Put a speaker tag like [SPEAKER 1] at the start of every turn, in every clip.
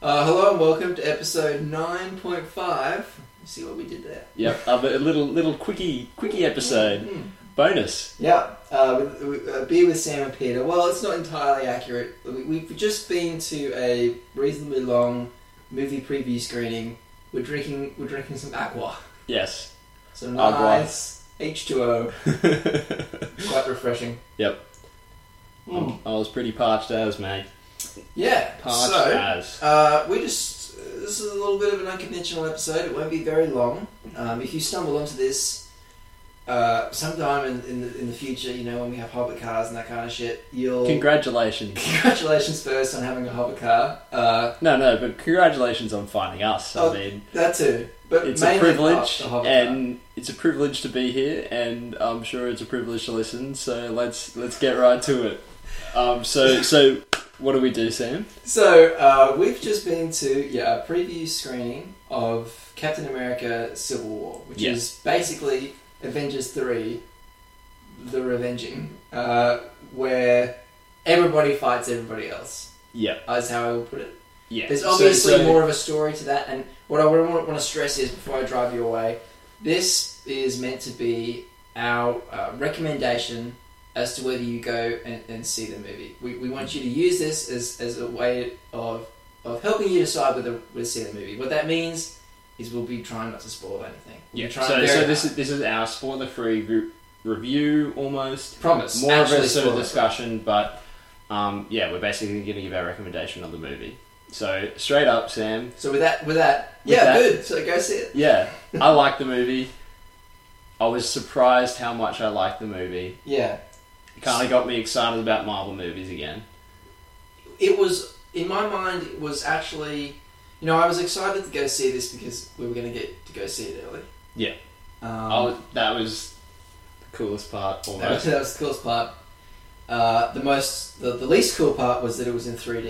[SPEAKER 1] Uh, hello and welcome to episode 9.5. See what we did there.
[SPEAKER 2] Yep, a bit- a little little quickie quickie episode
[SPEAKER 1] Mm.
[SPEAKER 2] bonus.
[SPEAKER 1] Yeah, uh, with, with, uh, beer with Sam and Peter. Well, it's not entirely accurate. We, we've just been to a reasonably long movie preview screening. We're drinking. We're drinking some aqua.
[SPEAKER 2] Yes.
[SPEAKER 1] Some
[SPEAKER 2] Agua.
[SPEAKER 1] nice H2O. Quite refreshing.
[SPEAKER 2] Yep.
[SPEAKER 1] Mm.
[SPEAKER 2] I was pretty parched as mate.
[SPEAKER 1] Yeah.
[SPEAKER 2] Parched
[SPEAKER 1] so,
[SPEAKER 2] as.
[SPEAKER 1] Uh, we just this is a little bit of an unconventional episode. It won't be very long. Um, if you stumble onto this uh, sometime in, in the in the future, you know when we have hobbit cars and that kind of shit, you'll
[SPEAKER 2] Congratulations.
[SPEAKER 1] congratulations first on having a hobbit car. Uh,
[SPEAKER 2] No, no, but congratulations on finding us.
[SPEAKER 1] Oh,
[SPEAKER 2] I mean,
[SPEAKER 1] that too, but
[SPEAKER 2] it's
[SPEAKER 1] mainly
[SPEAKER 2] a privilege,
[SPEAKER 1] the hobbit car.
[SPEAKER 2] and it's a privilege to be here, and I'm sure it's a privilege to listen. So let's let's get right to it. Um, so so what do we do, Sam?
[SPEAKER 1] So uh, we've just been to yeah a preview screening of Captain America: Civil War, which
[SPEAKER 2] Yeah.
[SPEAKER 1] is basically Avengers three, the revenging, uh, where everybody fights everybody else.
[SPEAKER 2] Yep.
[SPEAKER 1] Is how I will put it.
[SPEAKER 2] Yeah.
[SPEAKER 1] There's
[SPEAKER 2] So- uh,
[SPEAKER 1] obviously
[SPEAKER 2] so-
[SPEAKER 1] more of a story to that, and what I want to stress is before I drive you away, this is meant to be our uh, recommendation as to whether you go and, and see the movie. We, we want you to use this as, as a way of of helping you decide whether whether to see the movie. What that means is we'll be trying not to spoil anything. We'll
[SPEAKER 2] Yeah.
[SPEAKER 1] be trying
[SPEAKER 2] So,
[SPEAKER 1] very
[SPEAKER 2] so
[SPEAKER 1] hard.
[SPEAKER 2] this is this is our spoiler free group review almost.
[SPEAKER 1] promise
[SPEAKER 2] more of
[SPEAKER 1] actually
[SPEAKER 2] a sort of
[SPEAKER 1] spoiler.
[SPEAKER 2] discussion, but um, yeah, we're basically going to give our recommendation on the movie. So straight up, Sam.
[SPEAKER 1] So with that, with that,
[SPEAKER 2] With
[SPEAKER 1] yeah,
[SPEAKER 2] that-
[SPEAKER 1] good. So go see it.
[SPEAKER 2] Yeah, I like the movie. I was surprised how much I liked the movie.
[SPEAKER 1] Yeah.
[SPEAKER 2] It kind of got me excited about Marvel movies again.
[SPEAKER 1] it was in my mind it was actually you know i was excited to go see this because we were going to get to go see it early
[SPEAKER 2] Yeah.
[SPEAKER 1] um,
[SPEAKER 2] I was, that was the coolest part
[SPEAKER 1] that, was,
[SPEAKER 2] almost.
[SPEAKER 1] that was the coolest part uh, the most the, the least cool part was that it was in 3d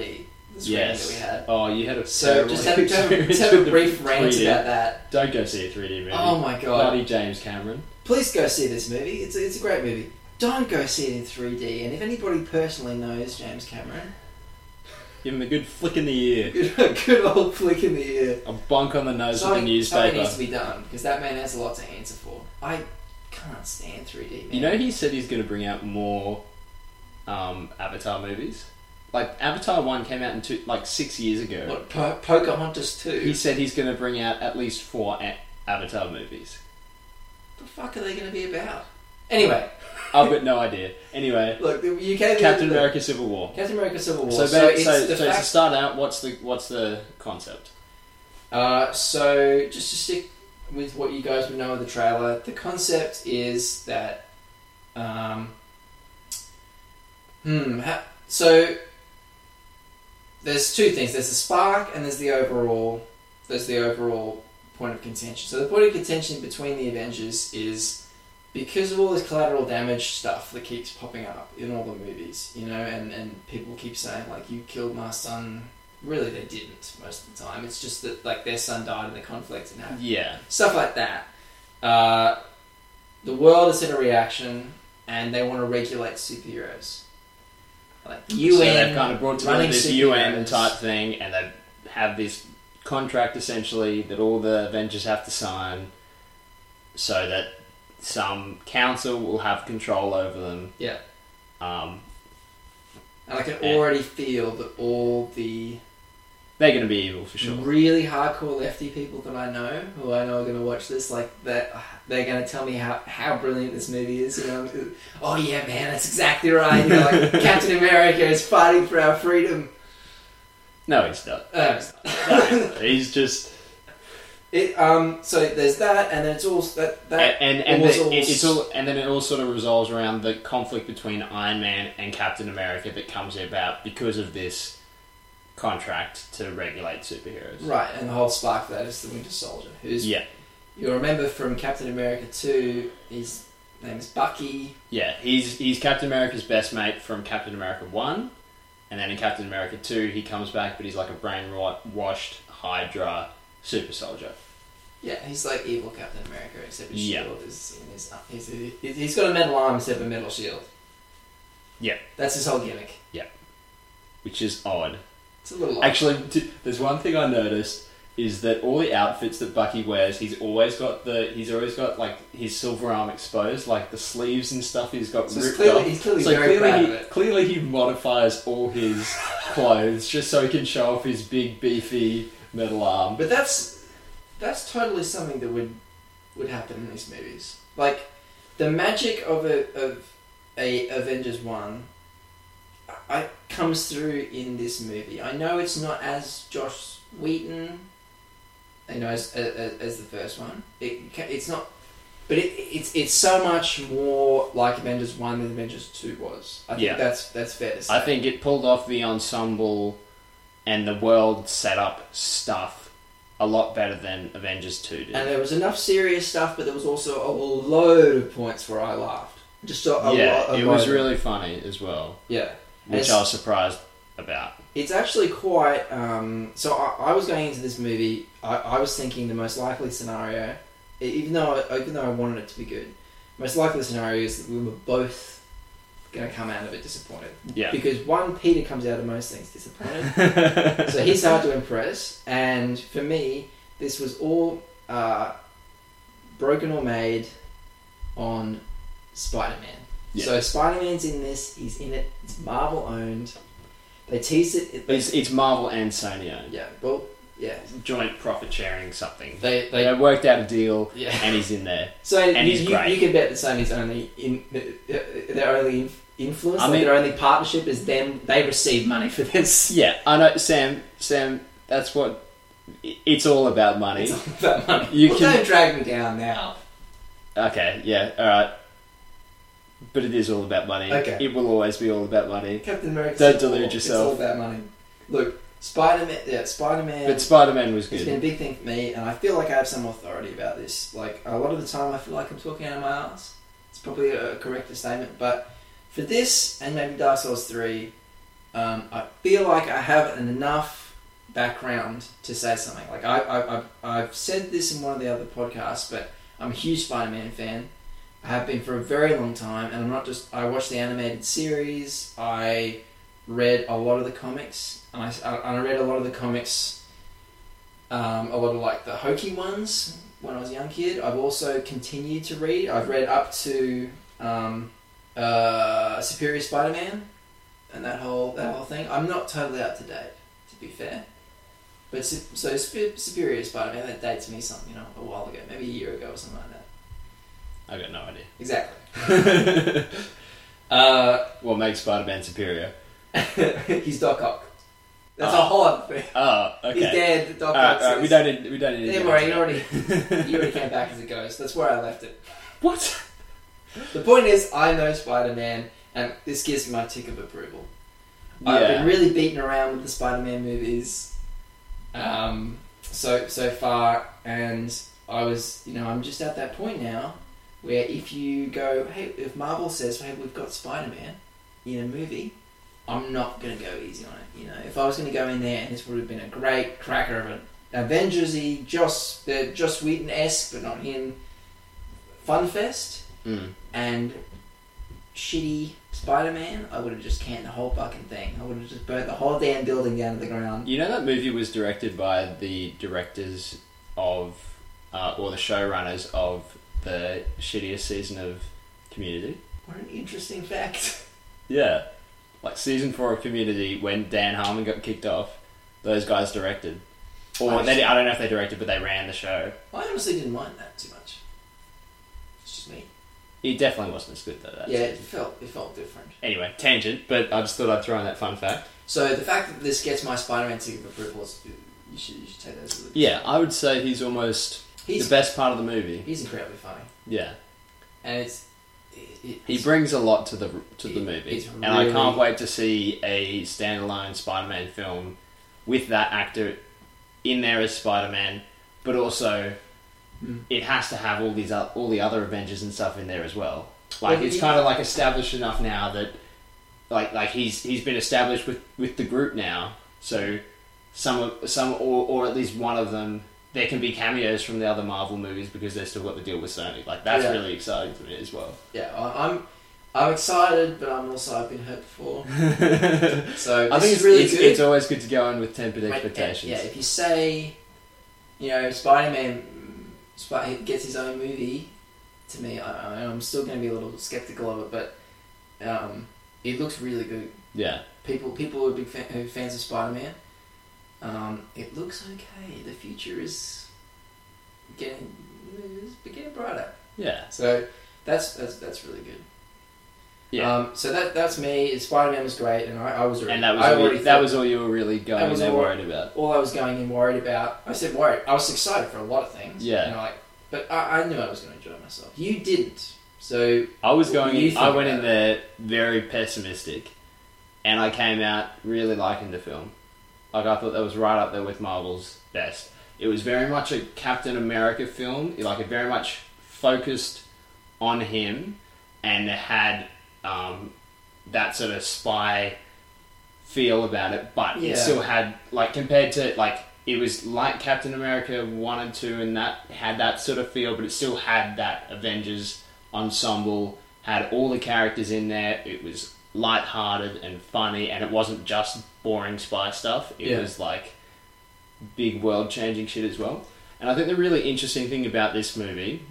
[SPEAKER 1] the screening
[SPEAKER 2] Yes.
[SPEAKER 1] that we had
[SPEAKER 2] Oh, you had a
[SPEAKER 1] so
[SPEAKER 2] terrible
[SPEAKER 1] just have, just have,
[SPEAKER 2] experience
[SPEAKER 1] just have
[SPEAKER 2] with
[SPEAKER 1] a
[SPEAKER 2] the
[SPEAKER 1] brief rant
[SPEAKER 2] 3D.
[SPEAKER 1] about that
[SPEAKER 2] Don't go see a 3D movie.
[SPEAKER 1] oh my god
[SPEAKER 2] Bloody James Cameron.
[SPEAKER 1] please go see this movie it's a, it's a great movie don't go see it in 3d and if anybody personally knows james cameron
[SPEAKER 2] Give him a good flick in the ear.
[SPEAKER 1] good, good old flick in the ear
[SPEAKER 2] A bonk on the nose with
[SPEAKER 1] something,
[SPEAKER 2] the
[SPEAKER 1] something
[SPEAKER 2] newspaper.
[SPEAKER 1] needs to be done because that man has a lot to answer for. I can't stand 3D. Man.
[SPEAKER 2] You know, he said he's going to bring out more um, Avatar movies. Like Avatar One came out in two, like six years ago.
[SPEAKER 1] what? Po- Pocahontas two.
[SPEAKER 2] He said he's going to bring out at least four a- Avatar movies.
[SPEAKER 1] the fuck are they going to be about? Anyway,
[SPEAKER 2] I've got no idea. Anyway,
[SPEAKER 1] look, the UK
[SPEAKER 2] Captain America: Civil War.
[SPEAKER 1] Captain America Civil War.
[SPEAKER 2] So,
[SPEAKER 1] So,
[SPEAKER 2] ba- so,
[SPEAKER 1] it's
[SPEAKER 2] so,
[SPEAKER 1] the
[SPEAKER 2] to
[SPEAKER 1] fact.
[SPEAKER 2] start out, what's the what's the concept?
[SPEAKER 1] Uh, so just to stick with what you guys would know of the trailer, the concept is that. Um, hmm. Ha- so there's two things. There's the spark, and there's the overall. There's the overall point of contention. So the point of contention between the Avengers is because of all this collateral damage stuff that keeps popping up in all the movies, you know, and, and people keep saying like, "You killed my son." Really, they didn't most of the time. It's just that like their son died in the conflict and happened
[SPEAKER 2] Yeah,
[SPEAKER 1] stuff like that. Uh, the world is in a reaction, and they want to regulate superheroes, like UN.
[SPEAKER 2] so they've kind of brought together
[SPEAKER 1] running
[SPEAKER 2] this
[SPEAKER 1] superheroes.
[SPEAKER 2] UN type thing, and they have this contract essentially that all the Avengers have to sign, so that some council will have control over them.
[SPEAKER 1] Yeah.
[SPEAKER 2] Um,
[SPEAKER 1] and I can
[SPEAKER 2] Yeah.
[SPEAKER 1] already feel that all the
[SPEAKER 2] they're going to be evil for sure.
[SPEAKER 1] really hardcore lefty people that I know, who I know are going to watch this, like that, they're going to tell me how, how brilliant this movie is. You know, oh yeah, man, that's exactly right. You know, like Captain America is fighting for our freedom.
[SPEAKER 2] No, he's not.
[SPEAKER 1] Uh,
[SPEAKER 2] No, he's just
[SPEAKER 1] it, um, so there's that, and then it's all that that
[SPEAKER 2] and and, and
[SPEAKER 1] all's-
[SPEAKER 2] the-
[SPEAKER 1] all's-
[SPEAKER 2] it- it's all and then it all sort of resolves around the conflict between Iron Man and Captain America that comes about because of this contract to regulate superheroes.
[SPEAKER 1] Right, and the whole spark for that is the Winter Soldier, who's
[SPEAKER 2] Yeah,
[SPEAKER 1] you'll remember from Captain America Two. His name is Bucky.
[SPEAKER 2] yeah. He's he's Captain America's best mate from Captain America One, and then in Captain America Two he comes back, but he's like a brain rot, washed Hydra super soldier.
[SPEAKER 1] Yeah, he's like evil Captain America, except his
[SPEAKER 2] Yeah.
[SPEAKER 1] shield is in his. He's, he's, he's got a metal arm instead of a metal shield.
[SPEAKER 2] Yeah.
[SPEAKER 1] that's his whole gimmick.
[SPEAKER 2] which is odd.
[SPEAKER 1] It's a little. Actually,
[SPEAKER 2] Actually, t- there's one thing I noticed is that all the outfits that Bucky wears, he's always got the he's always got like his silver arm exposed, like the sleeves and stuff. He's got
[SPEAKER 1] so it's
[SPEAKER 2] ripped
[SPEAKER 1] clearly,
[SPEAKER 2] off.
[SPEAKER 1] he's clearly
[SPEAKER 2] So
[SPEAKER 1] very
[SPEAKER 2] clearly,
[SPEAKER 1] proud of
[SPEAKER 2] he,
[SPEAKER 1] it.
[SPEAKER 2] clearly he modifies all his clothes just so he can show off his big beefy metal arm.
[SPEAKER 1] Um, But that's that's totally something that would would happen in these movies. Like the magic of a of a Avengers one, I comes through in this movie. I know it's not as Josh Wheaton, you know, as as, as the first one. It ca- it's not. But it, it's it's so much more like Avengers one than Avengers two was. I think
[SPEAKER 2] Yeah.
[SPEAKER 1] that's that's fair to say.
[SPEAKER 2] I think it pulled off the ensemble and the world setup stuff a lot better than Avengers Two did.
[SPEAKER 1] And there was enough serious stuff, but there was also a load of points where I laughed. Just a, a
[SPEAKER 2] yeah,
[SPEAKER 1] lot. a
[SPEAKER 2] it was
[SPEAKER 1] load.
[SPEAKER 2] really funny as well,
[SPEAKER 1] Yeah,
[SPEAKER 2] which
[SPEAKER 1] It's-
[SPEAKER 2] I was surprised about.
[SPEAKER 1] it's actually quite. Um, so I, I was going into this movie. I, I was thinking the most likely scenario, e- even though I, even though I wanted it to be good, most likely scenario is that we were both going to come out of it disappointed.
[SPEAKER 2] Yeah.
[SPEAKER 1] Because one Peter comes out of most things disappointed. so he's uh, hard to impress. And for me, this was all uh, broken or made on Spider Man.
[SPEAKER 2] Yeah.
[SPEAKER 1] So Spider Man's in this. He's in it. It's Marvel owned. They teased it. it
[SPEAKER 2] It's, it's Marvel and Sony owned.
[SPEAKER 1] yeah. Well. Yeah.
[SPEAKER 2] Joint profit sharing something.
[SPEAKER 1] They.
[SPEAKER 2] They worked out a deal
[SPEAKER 1] Yeah.
[SPEAKER 2] and he's in there.
[SPEAKER 1] So
[SPEAKER 2] And
[SPEAKER 1] you,
[SPEAKER 2] he's
[SPEAKER 1] you,
[SPEAKER 2] great.
[SPEAKER 1] you can bet that Sony's only in their only inf- influence.
[SPEAKER 2] I
[SPEAKER 1] like
[SPEAKER 2] mean-
[SPEAKER 1] their only partnership is them. They receive money for this.
[SPEAKER 2] Yeah, I know, Sam, Sam, that's what. i- It's all about money.
[SPEAKER 1] It's all about money.
[SPEAKER 2] You
[SPEAKER 1] well,
[SPEAKER 2] can-
[SPEAKER 1] don't drag me down now.
[SPEAKER 2] okay, yeah, alright. But it is all about money.
[SPEAKER 1] Okay.
[SPEAKER 2] It will always be all about money.
[SPEAKER 1] Captain America. "Oh,
[SPEAKER 2] Don't
[SPEAKER 1] it's
[SPEAKER 2] delude
[SPEAKER 1] all-
[SPEAKER 2] yourself.
[SPEAKER 1] It's all about money. Look, Spider Man. Yeah, Spider Man.
[SPEAKER 2] But Spider Man was
[SPEAKER 1] It's been a
[SPEAKER 2] good.
[SPEAKER 1] big thing for me, and I feel like I have some authority about this. Like a lot of the time, I feel like I'm talking out of my ass. It's probably a correct statement, but for this and maybe Dark Souls three, um, I feel like I have enough background to say something. Like I, I, I've, I've said this in one of the other podcasts, but I'm a huge Spider-Man fan. I have been for a very long time, and I'm not just. I watched the animated series. I read a lot of the comics, and I, I, I read a lot of the comics um, a lot of like the hokey ones when I was a young kid. I've also continued to read. I've read up to um, uh, Superior Spider-Man and that whole that whole thing. I'm not totally up to date, to be fair. But Su- so Sp- Superior Spider-Man that dates me something, you know, a while ago, maybe a year ago or something like that.
[SPEAKER 2] I got no
[SPEAKER 1] Exactly.
[SPEAKER 2] idea.
[SPEAKER 1] uh,
[SPEAKER 2] what makes Spider Man superior?
[SPEAKER 1] he's Doc Ock. That's
[SPEAKER 2] Oh.
[SPEAKER 1] a whole other thing.
[SPEAKER 2] Oh, okay.
[SPEAKER 1] He's dead. Doc
[SPEAKER 2] Alright,
[SPEAKER 1] Ock's
[SPEAKER 2] alright, we
[SPEAKER 1] is-
[SPEAKER 2] don't need, we don't need to
[SPEAKER 1] Don't
[SPEAKER 2] get
[SPEAKER 1] worry,
[SPEAKER 2] into
[SPEAKER 1] you already,
[SPEAKER 2] it.
[SPEAKER 1] you already came back as a ghost. That's where I left it.
[SPEAKER 2] What?
[SPEAKER 1] The point is, I know Spider Man, and this gives me my tick of approval. I've been really beaten around with the Spider Man movies um, so so far, and I was, you know, I'm just at that point now where if you go, hey, if Marvel says, hey, we've got Spider Man in a movie, I'm not going to go easy on it. You know, if I was going to go in there, and this would have been a great cracker of an Avengers y, Joss, uh, Joss Whedon esque, but not him, Fun Fest
[SPEAKER 2] Mm.
[SPEAKER 1] and shitty Spider Man, I would have just canned the whole fucking thing. I would have just burnt the whole damn building down to the ground.
[SPEAKER 2] You know that movie was directed by the directors of, uh, or the showrunners of the shittiest season of Community.
[SPEAKER 1] What an interesting fact.
[SPEAKER 2] Yeah, like season four of Community when Dan Harmon got kicked off, those guys directed, or
[SPEAKER 1] I
[SPEAKER 2] they,
[SPEAKER 1] see.
[SPEAKER 2] I don't know if they directed, but they ran the show.
[SPEAKER 1] I honestly didn't mind that too much. It's just me.
[SPEAKER 2] It definitely wasn't as good though. That
[SPEAKER 1] yeah, it
[SPEAKER 2] season.
[SPEAKER 1] felt it felt different.
[SPEAKER 2] Anyway, tangent, but I just thought I'd throw in that fun fact.
[SPEAKER 1] So the fact that this gets my Spider Man ticket of approval is you should you should take that as a
[SPEAKER 2] Yeah, I would say he's almost
[SPEAKER 1] He's
[SPEAKER 2] the best part of the movie.
[SPEAKER 1] he's incredibly funny.
[SPEAKER 2] Yeah.
[SPEAKER 1] And it's it, it-
[SPEAKER 2] He brings a lot to the to the
[SPEAKER 1] It-
[SPEAKER 2] movie,
[SPEAKER 1] it's
[SPEAKER 2] and I can't
[SPEAKER 1] really-
[SPEAKER 2] wait to see a standalone Spider-Man film with that actor in there as Spider-Man, but also
[SPEAKER 1] Mm.
[SPEAKER 2] it has to have all these oth- all the other Avengers and stuff in there as well. Like
[SPEAKER 1] Well,
[SPEAKER 2] it's
[SPEAKER 1] he-
[SPEAKER 2] kind of like established enough now that like like he's he's been established with with the group now, so some of some or or at least one of them. There can be cameos from the other Marvel movies because they've still got the deal with Sony. Like that's
[SPEAKER 1] Yeah.
[SPEAKER 2] really exciting to me as well.
[SPEAKER 1] yeah, I, I'm. I'm excited, but I'm also I've been hurt before.
[SPEAKER 2] I
[SPEAKER 1] So
[SPEAKER 2] think
[SPEAKER 1] this
[SPEAKER 2] it's,
[SPEAKER 1] is really
[SPEAKER 2] it's,
[SPEAKER 1] good.
[SPEAKER 2] it's always good to go in with tempered
[SPEAKER 1] Like,
[SPEAKER 2] expectations.
[SPEAKER 1] Yeah, if you say, you know, Spider Man Sp- gets his own movie, to me, I, I- I'm still going to be a little skeptical of it, but um, it looks really good.
[SPEAKER 2] yeah.
[SPEAKER 1] People people who are big fan, who are fans of Spider Man, um, it looks okay. The future is getting is getting brighter.
[SPEAKER 2] Yeah.
[SPEAKER 1] So that's that's that's really good.
[SPEAKER 2] Yeah.
[SPEAKER 1] Um, so that that's me. Spider Man was great, and I, I was already
[SPEAKER 2] and that was
[SPEAKER 1] I
[SPEAKER 2] all
[SPEAKER 1] already
[SPEAKER 2] you, that
[SPEAKER 1] thought-
[SPEAKER 2] was all you were really going
[SPEAKER 1] was
[SPEAKER 2] there
[SPEAKER 1] all-
[SPEAKER 2] worried about.
[SPEAKER 1] all I was going in worried about. I said worried. I was excited for a lot of things.
[SPEAKER 2] Yeah.
[SPEAKER 1] You know, like, but I, I knew I was going to enjoy myself. You didn't. So
[SPEAKER 2] I was
[SPEAKER 1] What
[SPEAKER 2] going.
[SPEAKER 1] do you
[SPEAKER 2] In, I
[SPEAKER 1] think
[SPEAKER 2] went in
[SPEAKER 1] about
[SPEAKER 2] there very pessimistic, and I came out really liking the film. Like I thought that was right up there with Marvel's best. It was very much a Captain America film. Like it very much focused on him, and it had um, that sort of spy feel about it. But
[SPEAKER 1] Yeah.
[SPEAKER 2] it still had like compared to like it was like Captain America one and two, and that had that sort of feel, but it still had that Avengers ensemble. Had all the characters in there. It was light-hearted and funny, and it wasn't just boring spy stuff. It
[SPEAKER 1] Yeah.
[SPEAKER 2] was like big world-changing shit as well. And I think the really interesting thing about this movie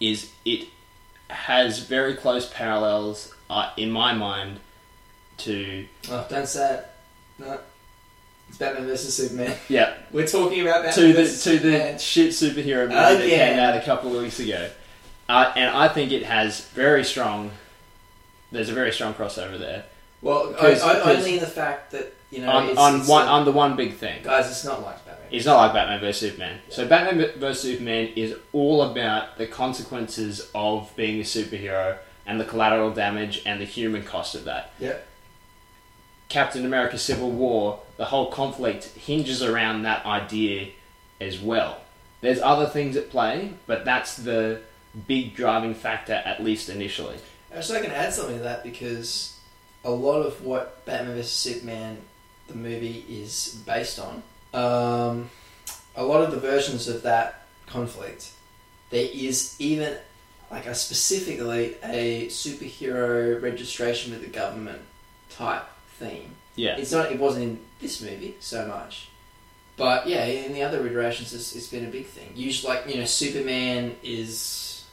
[SPEAKER 2] is it has very close parallels, uh, in my mind, to
[SPEAKER 1] oh, don't say it. No. It's Batman versus Superman.
[SPEAKER 2] yeah
[SPEAKER 1] We're talking about Batman
[SPEAKER 2] to the
[SPEAKER 1] versus
[SPEAKER 2] to
[SPEAKER 1] Superman.
[SPEAKER 2] the shit superhero movie that came
[SPEAKER 1] Again.
[SPEAKER 2] out a couple of weeks ago, uh, and I think it has very strong. There's a very strong crossover there
[SPEAKER 1] Well, I,
[SPEAKER 2] Because-
[SPEAKER 1] I,
[SPEAKER 2] because-
[SPEAKER 1] only in the fact that you know
[SPEAKER 2] on
[SPEAKER 1] it's,
[SPEAKER 2] on
[SPEAKER 1] it's
[SPEAKER 2] one
[SPEAKER 1] the-
[SPEAKER 2] on the one big thing.
[SPEAKER 1] guys, it's not like Batman.
[SPEAKER 2] It's not like Batman vs Superman. So Batman vs Superman is all about the consequences of being a superhero and the collateral damage and the human cost of that.
[SPEAKER 1] Yep.
[SPEAKER 2] Captain America Civil War, the whole conflict hinges around that idea as well. There's other things at play, but that's the big driving factor, at least initially.
[SPEAKER 1] I was going to add something to that because a lot of what Batman vs Superman, the movie, is based on, um, a lot of the versions of that conflict, there is even like a specifically a superhero registration with the government type theme.
[SPEAKER 2] Yeah.
[SPEAKER 1] It's not. It wasn't in this movie so much. But yeah, in the other iterations, it's, it's been a big thing. Usually, like you know, Superman is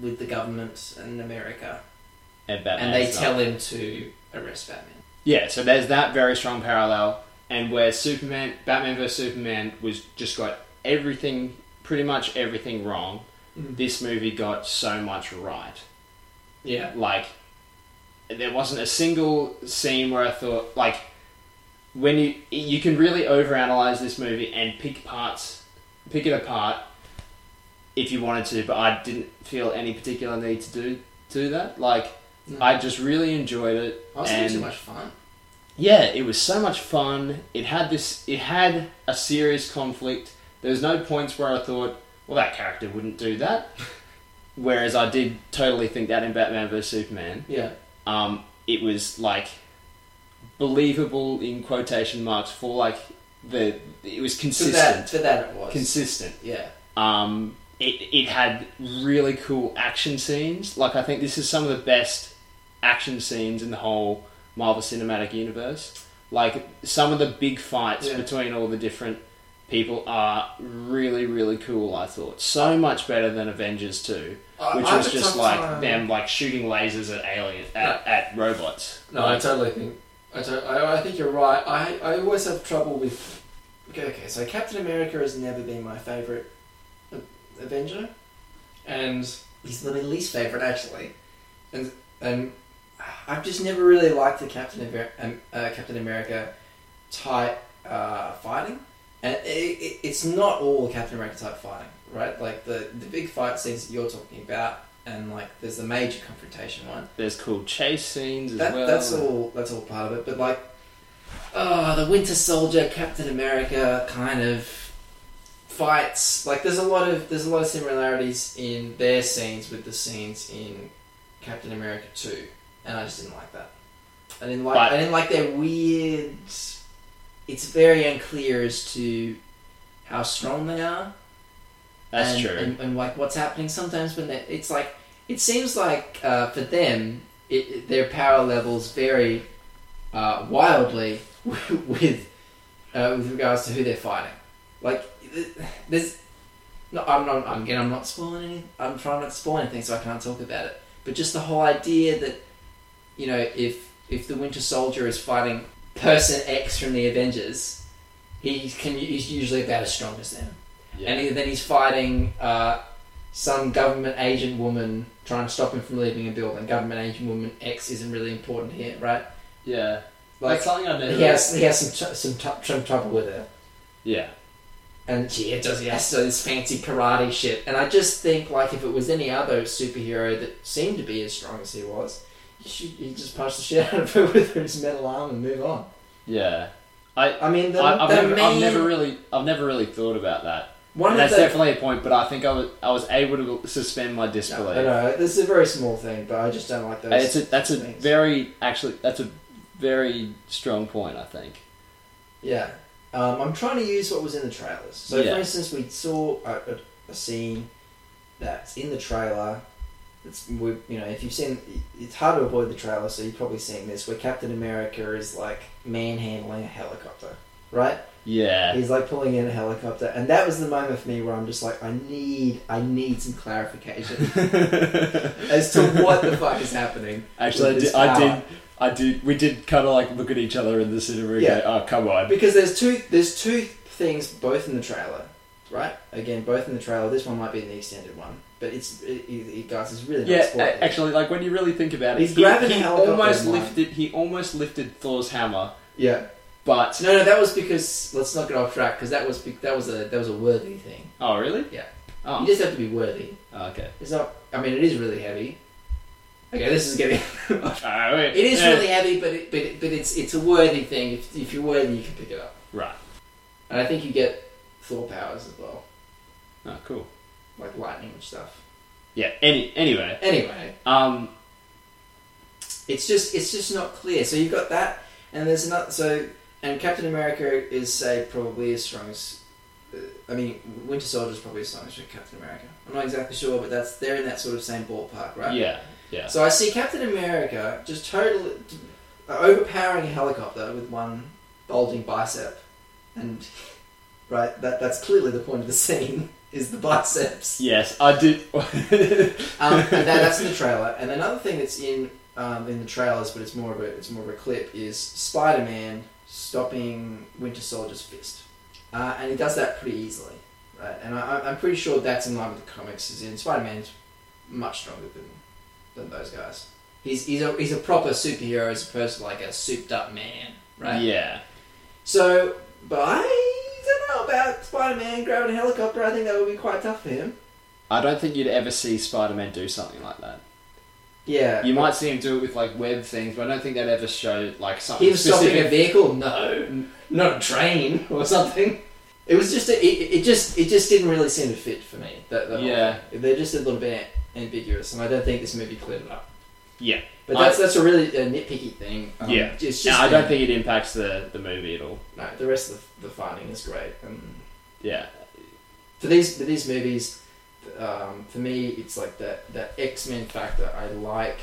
[SPEAKER 1] with the government and America,
[SPEAKER 2] And, Batman
[SPEAKER 1] and they
[SPEAKER 2] is not.
[SPEAKER 1] tell him to arrest Batman.
[SPEAKER 2] Yeah, so there's that very strong parallel, and where Superman, Batman vs Superman, was just got everything, pretty much everything wrong. This movie got so much right.
[SPEAKER 1] Yeah,
[SPEAKER 2] Like, there wasn't a single scene where I thought, like, when you you can really overanalyze this movie and pick parts, pick it apart, if you wanted to. But I didn't feel any particular need to do do that. Like,
[SPEAKER 1] No.
[SPEAKER 2] I just really enjoyed it.
[SPEAKER 1] I was having
[SPEAKER 2] and-
[SPEAKER 1] too much fun.
[SPEAKER 2] yeah, it was so much fun. It had this. It had a serious conflict. There was no points where I thought, "Well, that character wouldn't do that," whereas I did totally think that in Batman vs Superman.
[SPEAKER 1] Yeah,
[SPEAKER 2] Um, it was like believable in quotation marks for like the. It was
[SPEAKER 1] for that,
[SPEAKER 2] consistent.
[SPEAKER 1] for that it was.
[SPEAKER 2] Consistent.
[SPEAKER 1] yeah,
[SPEAKER 2] Um, it, it had really cool action scenes. Like, I think this is some of the best action scenes in the whole Marvel Cinematic Universe. Like, some of the big fights
[SPEAKER 1] Yeah.
[SPEAKER 2] between all the different people are really, really cool, I thought. So much better than Avengers 2,
[SPEAKER 1] I-
[SPEAKER 2] which
[SPEAKER 1] I
[SPEAKER 2] was
[SPEAKER 1] had a
[SPEAKER 2] just
[SPEAKER 1] tough
[SPEAKER 2] like
[SPEAKER 1] time-
[SPEAKER 2] them, like, shooting lasers at alien at, at robots.
[SPEAKER 1] No, I
[SPEAKER 2] Like,
[SPEAKER 1] totally think. I, to- I, I think you're right. I, I always have trouble with. Okay, okay, so Captain America has never been my favourite A- Avenger, and he's not my least favourite actually, and and I've just never really liked the Captain Aver- um, uh, Captain America type uh, fighting, and it, it, it's not all Captain America type fighting, right? Like the the big fight scenes that you're talking about, and like there's the major confrontation one.
[SPEAKER 2] there's cool chase scenes as
[SPEAKER 1] That,
[SPEAKER 2] well.
[SPEAKER 1] That's all. That's all part of it. But like, oh, the Winter Soldier, Captain America, kind of fights. Like, there's a lot of there's a lot of similarities in their scenes with the scenes in Captain America Two, and I just didn't like that. I didn't like.
[SPEAKER 2] But-
[SPEAKER 1] I didn't like their weird. It's very unclear as to how strong they are
[SPEAKER 2] That's
[SPEAKER 1] and,
[SPEAKER 2] true.
[SPEAKER 1] And, and like what's happening sometimes when they- it's like it seems like uh, for them, it, it- their power levels vary uh, wildly with uh, with regards to who they're fighting. Like, th- there's no, I'm not I'm, again. I'm not spoiling any. I'm trying not to spoil anything, so I can't talk about it. But just the whole idea that you know, if if the Winter Soldier is fighting Person X from the Avengers, he can he's usually about as strong as them.
[SPEAKER 2] Yeah.
[SPEAKER 1] And he, then he's fighting uh, some government agent woman trying to stop him from leaving a building. Government agent woman X isn't really important here, right?
[SPEAKER 2] yeah.
[SPEAKER 1] Like
[SPEAKER 2] That's something I never.
[SPEAKER 1] he has he has some tr- some tr- some trouble with her,
[SPEAKER 2] Yeah.
[SPEAKER 1] and she it does he has to do this fancy karate shit. And I just think like if it was any other superhero that seemed to be as strong as he was, you should you just punch the shit out of her with his metal arm and move on.
[SPEAKER 2] Yeah. I.
[SPEAKER 1] I mean, the,
[SPEAKER 2] I, I've,
[SPEAKER 1] the
[SPEAKER 2] never,
[SPEAKER 1] main
[SPEAKER 2] I've never really, I've never really thought about that.
[SPEAKER 1] one
[SPEAKER 2] And
[SPEAKER 1] of
[SPEAKER 2] that's
[SPEAKER 1] the
[SPEAKER 2] definitely a point, but I think I was, I was able to suspend my
[SPEAKER 1] no,
[SPEAKER 2] disbelief.
[SPEAKER 1] I know this is a very small thing, but I just don't like those.
[SPEAKER 2] Uh, It's a, that's a
[SPEAKER 1] things.
[SPEAKER 2] very actually that's a very strong point. I think.
[SPEAKER 1] Yeah. Um, I'm trying to use what was in the trailers. So,
[SPEAKER 2] Yeah.
[SPEAKER 1] for instance, we saw a, a, a scene that's in the trailer. It's we, you know, if you've seen, it's hard to avoid the trailer, so you've probably seen this, where Captain America is like manhandling a helicopter, right?
[SPEAKER 2] Yeah.
[SPEAKER 1] He's like pulling in a helicopter, and that was the moment for me where I'm just like, I need, I need some clarification as to what the fuck is happening.
[SPEAKER 2] Actually, I
[SPEAKER 1] with
[SPEAKER 2] did,
[SPEAKER 1] this
[SPEAKER 2] I
[SPEAKER 1] power.
[SPEAKER 2] did. I did. We did kind of like look at each other in the cinema. Yeah.
[SPEAKER 1] Yeah.
[SPEAKER 2] Go, oh come on.
[SPEAKER 1] Because there's two there's two things both in the trailer, right? Again, both in the trailer. This one might be in the extended one, but it's it, it, it- guys, it's really
[SPEAKER 2] Yeah.
[SPEAKER 1] not spoiled.
[SPEAKER 2] a- Actually, like when you really think about it,
[SPEAKER 1] He's
[SPEAKER 2] he,
[SPEAKER 1] grabbing a
[SPEAKER 2] he
[SPEAKER 1] helicopter
[SPEAKER 2] almost
[SPEAKER 1] in mine.
[SPEAKER 2] lifted. He almost lifted Thor's hammer,
[SPEAKER 1] yeah.
[SPEAKER 2] but
[SPEAKER 1] No, no, that was because let's not get off track because that was be- that was a that was a worthy thing.
[SPEAKER 2] oh really?
[SPEAKER 1] Yeah. You
[SPEAKER 2] Oh.
[SPEAKER 1] just have to be worthy.
[SPEAKER 2] oh okay.
[SPEAKER 1] It's not. I mean, it is really heavy. Okay, this is getting. it
[SPEAKER 2] Oh, wait.
[SPEAKER 1] is
[SPEAKER 2] Yeah.
[SPEAKER 1] really heavy, but it, but it, but it's it's a worthy thing. If if you're worthy, you can pick it up,
[SPEAKER 2] right.
[SPEAKER 1] and I think you get Thor powers as well,
[SPEAKER 2] Oh cool.
[SPEAKER 1] like lightning and stuff.
[SPEAKER 2] Yeah. Any. Anyway.
[SPEAKER 1] Anyway.
[SPEAKER 2] Um.
[SPEAKER 1] It's just it's just not clear. So you've got that, and there's another. So and Captain America is say probably as strong as. Uh, I mean, Winter Soldier is probably as strong as Captain America. I'm not exactly sure, but that's they're in that sort of same ballpark, right?
[SPEAKER 2] Yeah. Yeah.
[SPEAKER 1] So I see Captain America just totally uh, overpowering a helicopter with one bulging bicep, and right that that's clearly the point of the scene is the biceps.
[SPEAKER 2] Yes, I did.
[SPEAKER 1] Um, and that, that's in the trailer. And another thing that's in um, in the trailers, but it's more of a it's more of a clip, is Spider Man stopping Winter Soldier's fist, uh, and he does that pretty easily, right? And I, I'm- I'm pretty sure that's in line with the comics. Is in Spider Man's much stronger than than those guys. He's he's a he's a proper superhero as opposed to like a souped up man, right?
[SPEAKER 2] Yeah.
[SPEAKER 1] So, but I don't know about Spider Man grabbing a helicopter. I think that would be quite tough for him.
[SPEAKER 2] I don't think you'd ever see Spider Man do something like that.
[SPEAKER 1] Yeah.
[SPEAKER 2] You might see him do it with like web things, but I don't think they'd ever show like something
[SPEAKER 1] Him stopping a
[SPEAKER 2] specific.
[SPEAKER 1] vehicle? No, not a train or something. It was just a, it, it just it just didn't really seem to fit for me. That, that whole
[SPEAKER 2] Yeah.
[SPEAKER 1] thing. they're just a little bit ambiguous, and I don't think this movie cleared it up.
[SPEAKER 2] Yeah.
[SPEAKER 1] But
[SPEAKER 2] I-
[SPEAKER 1] that's that's a really uh nitpicky thing. Um,
[SPEAKER 2] Yeah.
[SPEAKER 1] it's just
[SPEAKER 2] No, I don't think it impacts the, the movie at all.
[SPEAKER 1] no. The rest of the, the finding is great. And
[SPEAKER 2] Yeah.
[SPEAKER 1] for these for these movies, um, for me, it's like that that X Men factor. I like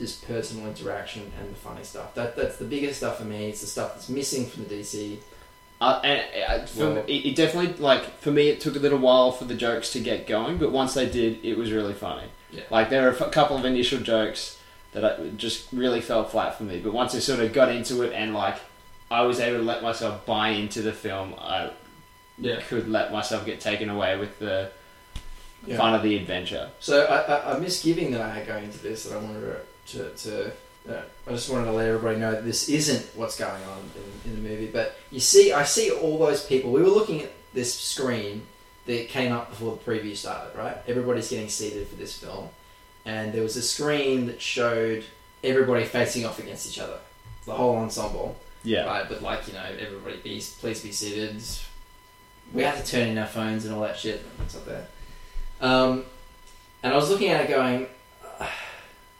[SPEAKER 1] this personal interaction and the funny stuff. That that's the biggest stuff for me. It's the stuff that's missing from the DC.
[SPEAKER 2] Uh, and, uh, for
[SPEAKER 1] Well-
[SPEAKER 2] me, it, it definitely like for me it took a little while for the jokes to get going, but once they did, it was really funny.
[SPEAKER 1] Yeah.
[SPEAKER 2] Like there were a f- couple of initial jokes that I, just really fell flat for me, but once I sort of got into it and like I was able to let myself buy into the film, I could let myself get taken away with the
[SPEAKER 1] Yeah.
[SPEAKER 2] fun of the adventure.
[SPEAKER 1] So I, I, I misgiving that I had going into this that I wanted to, to, to uh, I just wanted to let everybody know that this isn't what's going on in, in the movie. But you see, I see all those people. We were looking at this screen that came up before the preview started, right? Everybody's getting seated for this film, and there was a screen that showed everybody facing off against each other, the whole ensemble.
[SPEAKER 2] Yeah.
[SPEAKER 1] Right, but like you know, everybody, be, please be seated. We have to turn in our phones and all that shit. It's up there. Um, and I was looking at it going,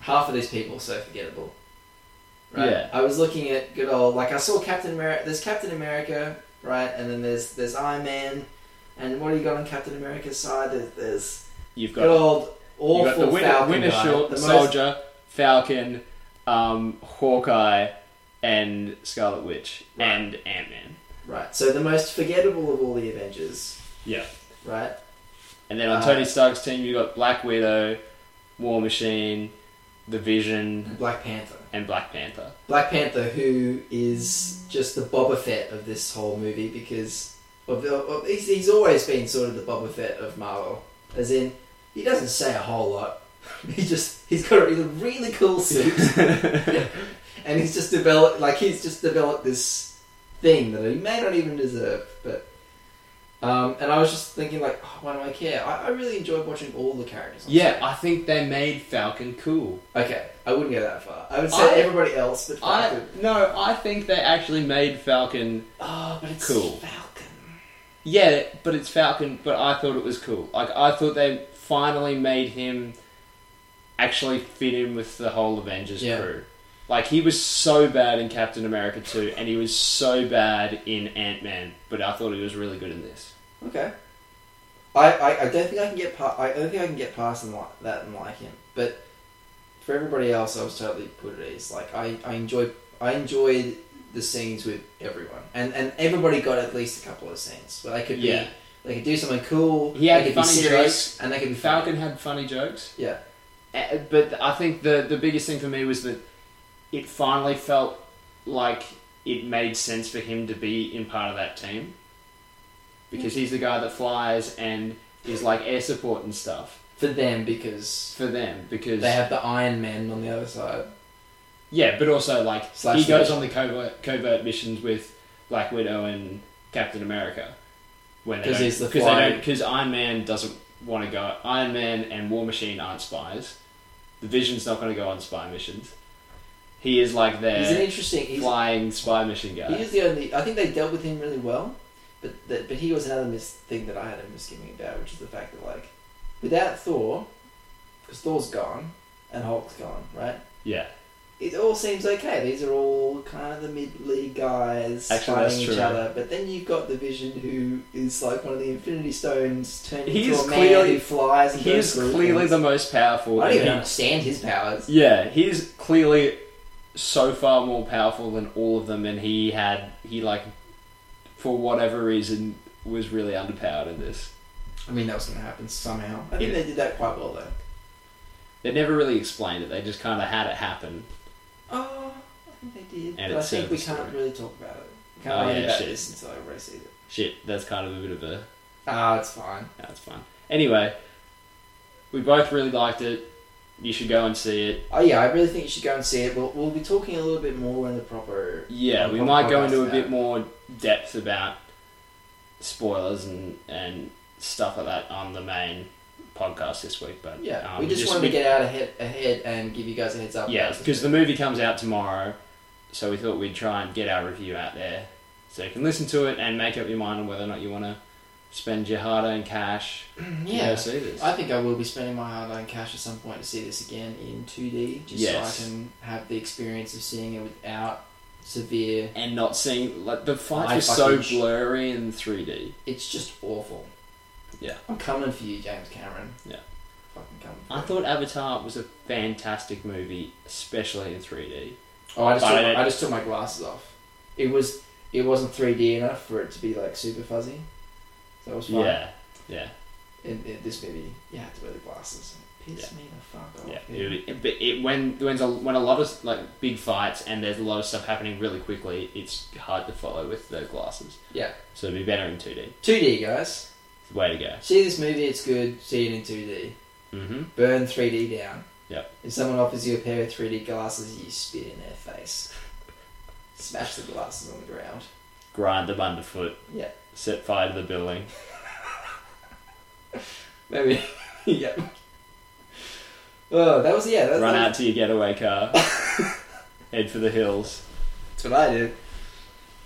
[SPEAKER 1] half of these people are so forgettable. Right.
[SPEAKER 2] Yeah.
[SPEAKER 1] I was looking at good old like I saw Captain America. There's Captain America, right? And then there's there's Iron Man. And what do you got on Captain America's side? There's, there's
[SPEAKER 2] You've
[SPEAKER 1] good
[SPEAKER 2] got
[SPEAKER 1] old
[SPEAKER 2] You
[SPEAKER 1] awful
[SPEAKER 2] got the winner,
[SPEAKER 1] Falcon
[SPEAKER 2] winner
[SPEAKER 1] guy,
[SPEAKER 2] Shul-
[SPEAKER 1] the most-
[SPEAKER 2] Soldier, Falcon, um, Hawkeye, and Scarlet Witch,
[SPEAKER 1] Right.
[SPEAKER 2] and Ant Man.
[SPEAKER 1] Right. So the most forgettable of all the Avengers.
[SPEAKER 2] Yeah.
[SPEAKER 1] Right.
[SPEAKER 2] And then on
[SPEAKER 1] Uh,
[SPEAKER 2] Tony Stark's team, you got Black Widow, War Machine, The Vision,
[SPEAKER 1] Black Panther.
[SPEAKER 2] and Black Panther.
[SPEAKER 1] Black Panther, who is just the Boba Fett of this whole movie because of, of, of- he's, he's always been sort of the Boba Fett of Marvel. As in, he doesn't say a whole lot. He just he's got a really, really cool suit, and he's just developed like he's just developed this thing that he may not even deserve. But um, and I was just thinking like, oh, why do I care? I, I really enjoyed watching all the characters. on
[SPEAKER 2] yeah, I think they made Falcon cool.
[SPEAKER 1] Okay, I wouldn't go that far. I would say
[SPEAKER 2] I-
[SPEAKER 1] everybody else, but
[SPEAKER 2] I
[SPEAKER 1] Falcon.
[SPEAKER 2] no, I think they actually made Falcon.
[SPEAKER 1] oh, but it's
[SPEAKER 2] Cool.
[SPEAKER 1] Falcon.
[SPEAKER 2] Yeah, but it's Falcon. But I thought it was cool. Like I thought they finally made him actually fit in with the whole Avengers
[SPEAKER 1] Yeah.
[SPEAKER 2] crew. Like he was so bad in Captain America 2 and he was so bad in Ant Man, but I thought he was really good in this.
[SPEAKER 1] Okay. I, I, I don't think I can get past. I don't think I can get past and like that and like him. But for everybody else, I was totally put at ease. Like I, I enjoyed I enjoyed the scenes with everyone, and and everybody got at least a couple of scenes where they could
[SPEAKER 2] Yeah.
[SPEAKER 1] be they could do something cool.
[SPEAKER 2] He had
[SPEAKER 1] they could
[SPEAKER 2] funny
[SPEAKER 1] be serious, and they could be funny.
[SPEAKER 2] Falcon had funny jokes.
[SPEAKER 1] Yeah.
[SPEAKER 2] Uh, but I think the the biggest thing for me was that it finally felt like it made sense for him to be in part of that team because he's the guy that flies and is like air support and stuff
[SPEAKER 1] for them because
[SPEAKER 2] for them because
[SPEAKER 1] they have the Iron Man on the other side.
[SPEAKER 2] yeah, but also like
[SPEAKER 1] Slash
[SPEAKER 2] he goes
[SPEAKER 1] the-
[SPEAKER 2] on the covert covert missions with Black Widow and Captain America when they
[SPEAKER 1] 'Cause
[SPEAKER 2] don't-
[SPEAKER 1] he's the
[SPEAKER 2] they
[SPEAKER 1] fly-
[SPEAKER 2] don't because Iron Man doesn't want to go. Iron Man and War Machine aren't spies. The Vision's not going to go on spy missions. He is like
[SPEAKER 1] He's an
[SPEAKER 2] their
[SPEAKER 1] interesting. He's
[SPEAKER 2] flying spy mission guy.
[SPEAKER 1] He was the only. I think they dealt with him really well, but that, but he was another mis- thing that I had a misgiving about, which is the fact that like, without Thor, because Thor's gone and Hulk's gone, right?
[SPEAKER 2] yeah,
[SPEAKER 1] It all seems okay. These are all kind of the mid-league guys
[SPEAKER 2] Actually, that's
[SPEAKER 1] fighting each
[SPEAKER 2] true.
[SPEAKER 1] other, but then you've got the Vision, who is like one of the Infinity Stones turned
[SPEAKER 2] He
[SPEAKER 1] into
[SPEAKER 2] is
[SPEAKER 1] a man
[SPEAKER 2] clearly-
[SPEAKER 1] who flies. And
[SPEAKER 2] he
[SPEAKER 1] goes
[SPEAKER 2] is
[SPEAKER 1] through
[SPEAKER 2] clearly
[SPEAKER 1] things.
[SPEAKER 2] the most powerful.
[SPEAKER 1] I don't even
[SPEAKER 2] and he-
[SPEAKER 1] understand his powers.
[SPEAKER 2] Yeah, he's clearly so far more powerful than all of them, and he had he like for whatever reason was really underpowered in this.
[SPEAKER 1] I mean, that was going to happen somehow. I think
[SPEAKER 2] Yeah.
[SPEAKER 1] they did that quite well though.
[SPEAKER 2] They never really explained it; they just kind of had it happen.
[SPEAKER 1] Oh, I think they did.
[SPEAKER 2] And
[SPEAKER 1] but I
[SPEAKER 2] it's
[SPEAKER 1] think we
[SPEAKER 2] Surface
[SPEAKER 1] can't
[SPEAKER 2] Story.
[SPEAKER 1] really talk about it. We
[SPEAKER 2] Oh,
[SPEAKER 1] can't argue
[SPEAKER 2] yeah,
[SPEAKER 1] about
[SPEAKER 2] shit.
[SPEAKER 1] this until everybody sees it.
[SPEAKER 2] Shit, that's kind of a bit of a
[SPEAKER 1] Ah, it's fine.
[SPEAKER 2] that's fine. Anyway, we both really liked it. You should go and see it.
[SPEAKER 1] Oh yeah, I really think you should go and see it. We'll, we'll be talking a little bit more in the proper.
[SPEAKER 2] Yeah,
[SPEAKER 1] on
[SPEAKER 2] we
[SPEAKER 1] the
[SPEAKER 2] might go
[SPEAKER 1] podcast
[SPEAKER 2] into a
[SPEAKER 1] now.
[SPEAKER 2] bit more depth about spoilers and and stuff like that on the main podcast this week. But
[SPEAKER 1] Yeah,
[SPEAKER 2] um,
[SPEAKER 1] we just, wanted
[SPEAKER 2] we-
[SPEAKER 1] to get out ahead, ahead and give you guys a heads up.
[SPEAKER 2] Yeah, because the movie comes out tomorrow, so we thought we'd try and get our review out there, so you can listen to it and make up your mind on whether or not you want to spend your hard-earned cash to go
[SPEAKER 1] yeah,
[SPEAKER 2] see this.
[SPEAKER 1] I think I will be spending my hard-earned cash at some point to see this again in 2D, just
[SPEAKER 2] Yes.
[SPEAKER 1] so I can have the experience of seeing it without severe.
[SPEAKER 2] and not seeing like the fights
[SPEAKER 1] I
[SPEAKER 2] were so
[SPEAKER 1] fucking sh-
[SPEAKER 2] blurry in 3D.
[SPEAKER 1] It's just awful.
[SPEAKER 2] Yeah.
[SPEAKER 1] I'm coming for you, James Cameron.
[SPEAKER 2] Yeah.
[SPEAKER 1] fucking coming. For
[SPEAKER 2] I
[SPEAKER 1] you.
[SPEAKER 2] thought Avatar was a fantastic movie, especially in 3D.
[SPEAKER 1] Oh, I just,
[SPEAKER 2] But
[SPEAKER 1] took,
[SPEAKER 2] I don't-
[SPEAKER 1] I just took my glasses off. It was it wasn't three D enough for it to be like super fuzzy. So that was fine.
[SPEAKER 2] Yeah, yeah,
[SPEAKER 1] In, in this movie, you had to wear the glasses. And it pissed me the fuck off.
[SPEAKER 2] yeah.
[SPEAKER 1] dude.
[SPEAKER 2] It- it- but it, when when a, when a lot of like big fights and there's a lot of stuff happening really quickly, it's hard to follow with the glasses.
[SPEAKER 1] Yeah.
[SPEAKER 2] So it'd be better in 2D.
[SPEAKER 1] 2D guys,
[SPEAKER 2] Way to go.
[SPEAKER 1] see this movie. It's good. See it in 2D.
[SPEAKER 2] Mm-hmm.
[SPEAKER 1] Burn 3D down.
[SPEAKER 2] Yep.
[SPEAKER 1] If someone offers you a pair of 3D glasses, you spit in their face. Smash the glasses on the ground.
[SPEAKER 2] Grind them underfoot.
[SPEAKER 1] Yeah.
[SPEAKER 2] Set fire to the building.
[SPEAKER 1] Maybe. yep. Oh, that was yeah. That,
[SPEAKER 2] Run
[SPEAKER 1] that
[SPEAKER 2] out to your getaway car. head for the hills.
[SPEAKER 1] That's what I did.